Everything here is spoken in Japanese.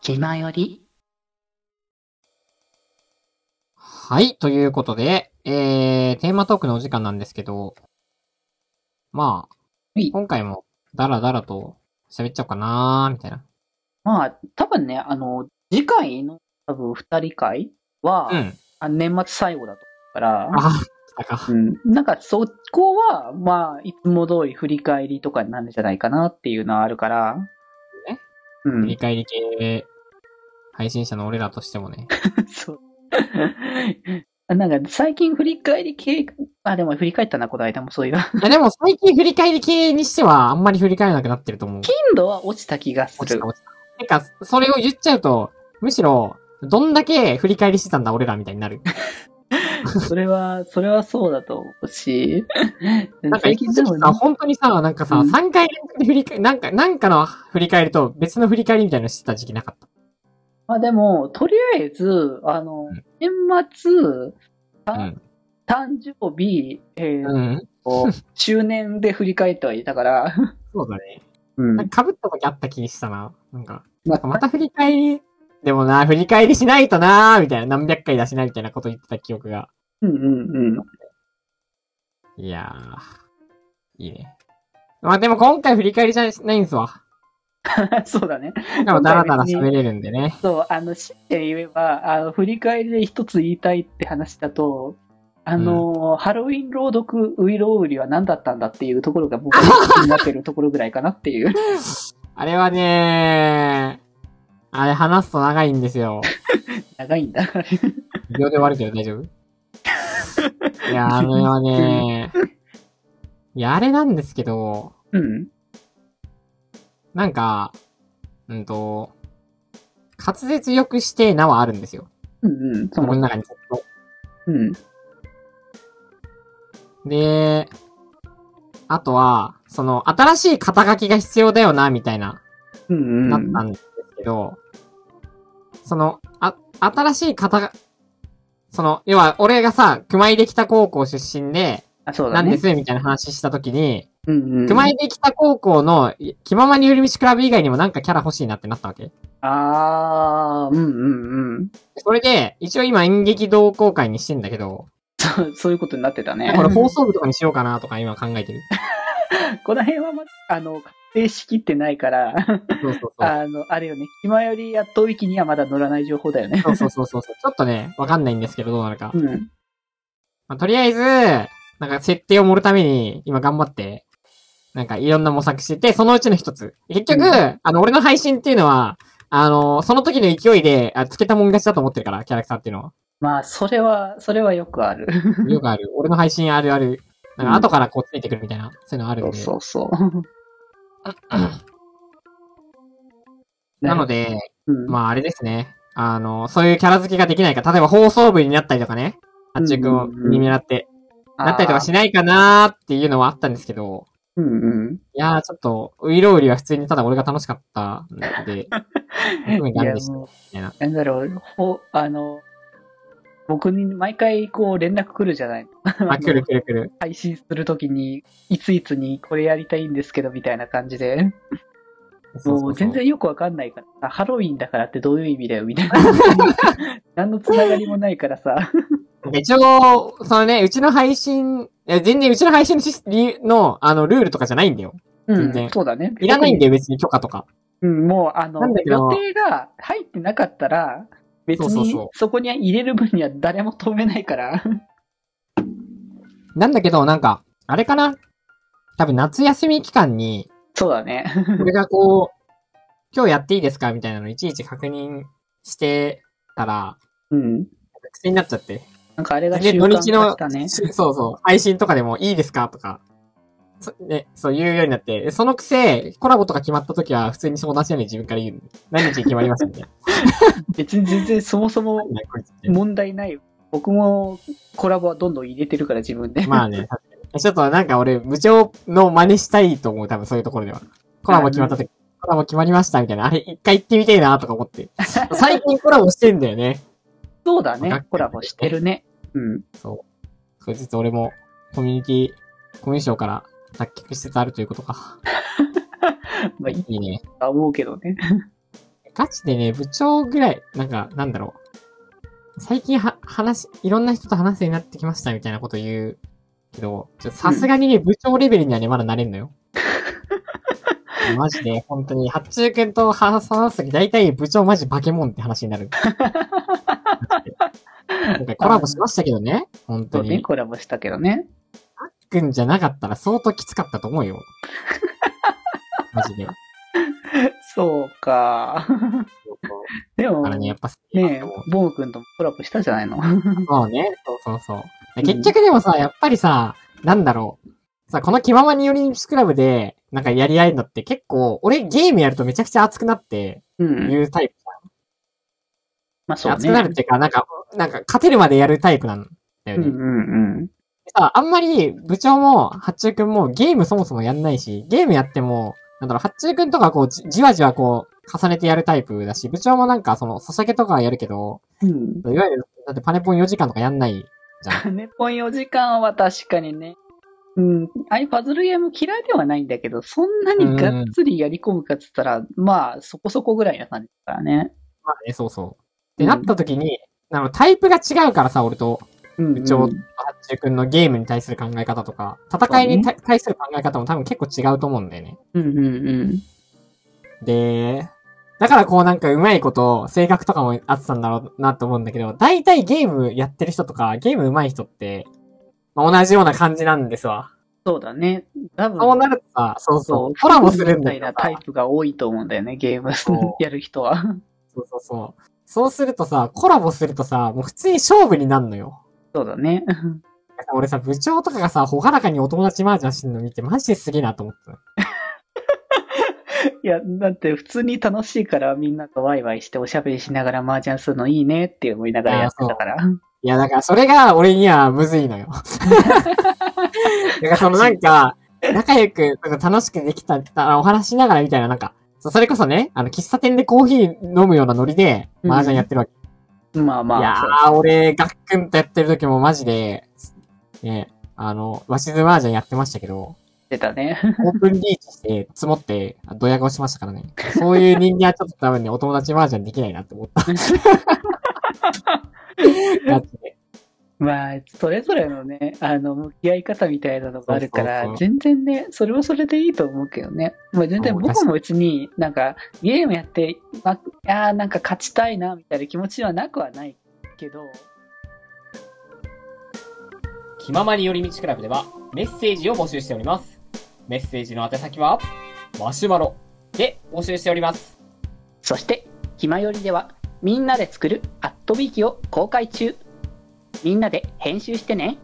気まよりはい、ということで、えー、テーマトークのお時間なんですけど、まあはい、今回もダラダラと喋っちゃおうかなー、みたいな。まあ、多分ね、あの、次回の多分二人会は、うん。あ年末最後だと思うから、あ、来たか。うん、なんかそこは、まあ、いつも通り振り返りとかになるんじゃないかなっていうのはあるから、えう振りん、返り系、配信者の俺らとしてもね。 そう。 なんか最近振り返り系、あ、でも振り返ったな、この間もそういう。いや、でも最近振り返り系にしては、あんまり振り返らなくなってると思う。頻度は落ちた気がす落ちるた。落ちた。なんか、それを言っちゃうと、むしろ、どんだけ振り返りしてたんだ、俺らみたいになる。それは、それはそうだと思うし、なんか最近一で時も期ねさ、本当にさ、なんかさ、うん3回連続で振り返り、なんか、なんかの振り返ると別の振り返りみたいなのしてた時期なかった。まあでも、とりあえず、あのうん、年末、うん。誕生日、えーうん。と、周年で振り返ってはいたから、そうだね。うんなんか被った時あった気したな。なんか、まなんかまた振り返り、でもな、振り返りしないとなーみたいな、何百回だしな、みたいなこと言ってた記憶が。うんうんうん。いやー、いいね。まあでも今回振り返りじゃないんですわ。 そうだね。でもダラダラ喋れるんでね。そう、あの、知って言えば、あの、振り返りで一つ言いたいって話だと、あの、ハロウィン朗読ウイロウリは何だったんだっていうところが 僕が気になってるところぐらいかなっていう。 あれはねー、あれ話すと長いんですよ。長いんだ。 秒で終わるけど大丈夫いや、あれはね、いや、あれなんですけど、うん。なんか、うんと、滑舌よくしてなはあるんですよ。うんうん。そ僕のの、中に。うん。で、あとは、その、新しい肩書きが必要だよな、みたいな、うんなうっん。たんですけど、その、あ、新しい肩が、その、要は、俺がさ、熊井で北高校出身で、あ、そうなだんでね。す、みたいな話したときに、うんうん。熊井で北高校のい気ままに寄り道クラブ以外にもなんかキャラ欲しいなってなったわけ。あー、うんうんうん。それで、一応今演劇同好会にしてんだけど、そうそういうことになってたね。こ れ放送部とかにしようかなとか今考えてる。この辺はまだ、あの、確定しきってないから、そう そうそう。あの、あれよね、暇よりやっと域にはまだ乗らない情報だよね。そうそうそうそう。ちょっとね、わかんないんですけどどうなるかう。ん。まあ、とりあえず、なんか設定を盛るために今頑張って、なんかいろんな模索してて、そのうちの一つ。結局、うんあの、俺の配信っていうのは、あの、その時の勢いで、あ、つけたもん勝ちだと思ってるから、キャラクターっていうのは。まあ、それは、それはよくある。よくあ る。俺の配信あるある。なんか後からこうついてくるみたいな、そういうのあるそんで。うそうそう。なの、で、うん、まああれですね。あの、そういうキャラ付けができないか、例えば放送部になったりとかね、あっちゅうくんを見習って、なったりとかしないかなーっていうのはあったんですけど、あーうんうん。いやーちょっと、ウイロウリは普通にただ俺が楽しかったん で、特にダメでしたいやもうみたいな。なんだろう、ほ、あの、僕に毎回こう連絡来るじゃないあ、くるくるくる。配信するときに、いついつにこれやりたいんですけどみたいな感じで、そうそうそうもう全然よくわかんないからさ、ハロウィンだからってどういう意味だよみ たいな。何のつながりもないからさ。なんか一応、そのね、うちの配信、いや全然うちの配信のシス理の、あの、ルールとかじゃないんだよ。う全ん、然そうだね。いらないんだよ、別に許可とか。うん、もう、あのなん、だけど予定が入ってなかったら、別そうそうにそうそこに入れる分には誰も止めないから。 なんだけど、なんか、あれかな多分夏休み期間に、そうだね。これがこう、今日やっていいですかみたいなのいちいち確認してたら、うん。癖になっちゃって。なんかあれが習で、土慣日化のした、 ね。そうそう、配信とかでもいいですかとか、そね、そう言うようになって、そのくせ、コラボとか決まった時は普通にそう同じように自分から言う。何日に決まりましたみたいな。別に全然そもそもなんだこいつって問題ない。僕もコラボはどんどん入れてるから自分で。まあね、確かにちょっとなんか俺、部長の真似したいと思う、多分そういうところでは。コラボ決まった時、コラボ決まりましたみたいな。あれ、一回行ってみたいなとか思って。最近コラボしてんだよね。そうだわかねっ。コラボしてるね。うん。そう。これ実は俺も、コミュニティ、コミュ障から脱却しつつあるということか。まあ、いいいいね。とは思うけどね。ガチでね、部長ぐらい、なんか、なんだろう。最近は、話、いろんな人と話すようになってきましたみたいなこと言うけど、ちょさすがにね、部長レベルにはね、まだなれんのよ。マジで、本当に、八中君と話すとき、大体部長マジ化け物って話になる。今回コラボしましたけどね、本そ当うね、に。コラボしたけどね。くんじゃなかったら相当きつかったと思うよ。マジ で。そうか。 でだもから、ね、やっぱすげえなねと思う、ボム君ともコラボしたじゃないの。そうね。そうそうそう。うん結局でもさ、やっぱりさ、なんだろう。さ、この気ままによりニュースクラブで、なんかやり合えるのって結構、俺ゲームやるとめちゃくちゃ熱くなって、うん。いうタイプ。まあそう熱くなるっね。ていうか、なんか、なんか勝てるまでやるタイプなんだようんね。うんうん。さ、あんまり部長も、八中くんもゲームそもそもやんないし、ゲームやっても、なんだろう、八中くんとかこうじ、じわじわこう、重ねてやるタイプだし、部長もなんかその、ソシャゲとかはやるけど、うんいわゆる、だってパネポン4時間とかやんないじゃん。ネポン4時間は確かにね。うん。ああいうパズルゲーム嫌いではないんだけど、そんなにがっつりやり込むかっつったら、まあ、そこそこぐらいな感じだからね。まあね、そうそう。ってなった時に、なのタイプが違うからさ、俺と、うん、部長うとん。八中くんのゲームに対する考え方とか、戦いにた対する考え方も多分結構違うと思うんだよね。うんうんうん。で、だからこうなんかうまいこと、性格とかもあってたんだろうなと思うんだけど、大体ゲームやってる人とか、ゲーム上手い人って、まあ、同じような感じなんですわ。そうだね。多分、そうなるとさ、そうそう、コラボするんみただいよなな。タイプが多いと思うんだよね、ゲームそ うやる人は。そうそうそう。そうするとさ、コラボするとさ、もう普通に勝負になるのよ。そうだね。俺さ、部長とかがさ、ほがらかにお友達マージャンしてるの見て、マジですげえなと思ったの。いや、だって普通に楽しいからみんなとワイワイしておしゃべりしながら麻雀するのいいねって思いながらやってたから。いや、だからそれが俺にはむずいのよ。だからそのなんか、仲良く、なんか楽しくできた、あお話しながらみたいな、なんか、そそれこそね、あの、喫茶店でコーヒー飲むようなノリで、うん麻雀やってるわけ。まあいやまあ、そうー、俺、ガックンとやってる時もマジで、ね、あの、鷲津麻雀やってましたけど、してたね。 オープンリーチして、積もって、ドヤ顔しましたからね。そういう人間はちょっと多分ね、お友達麻雀できないなって思った。 ガチでまあ、それぞれのね、あの、向き合い方みたいなのがあるかそうら、そう全然ね、それはそれでいいと思うけどね。まあ全然そう僕も別に、なんか、ゲームやって、まあ、あーなんか勝ちたいな、みたいな気持ちはなくはないけど、気ままに寄り道クラブではメッセージを募集しております。メッセージの宛先は、マシュマロで募集しております。そして、ひまよりでは、みんなで作るアットビーキを公開中。みんなで編集してね。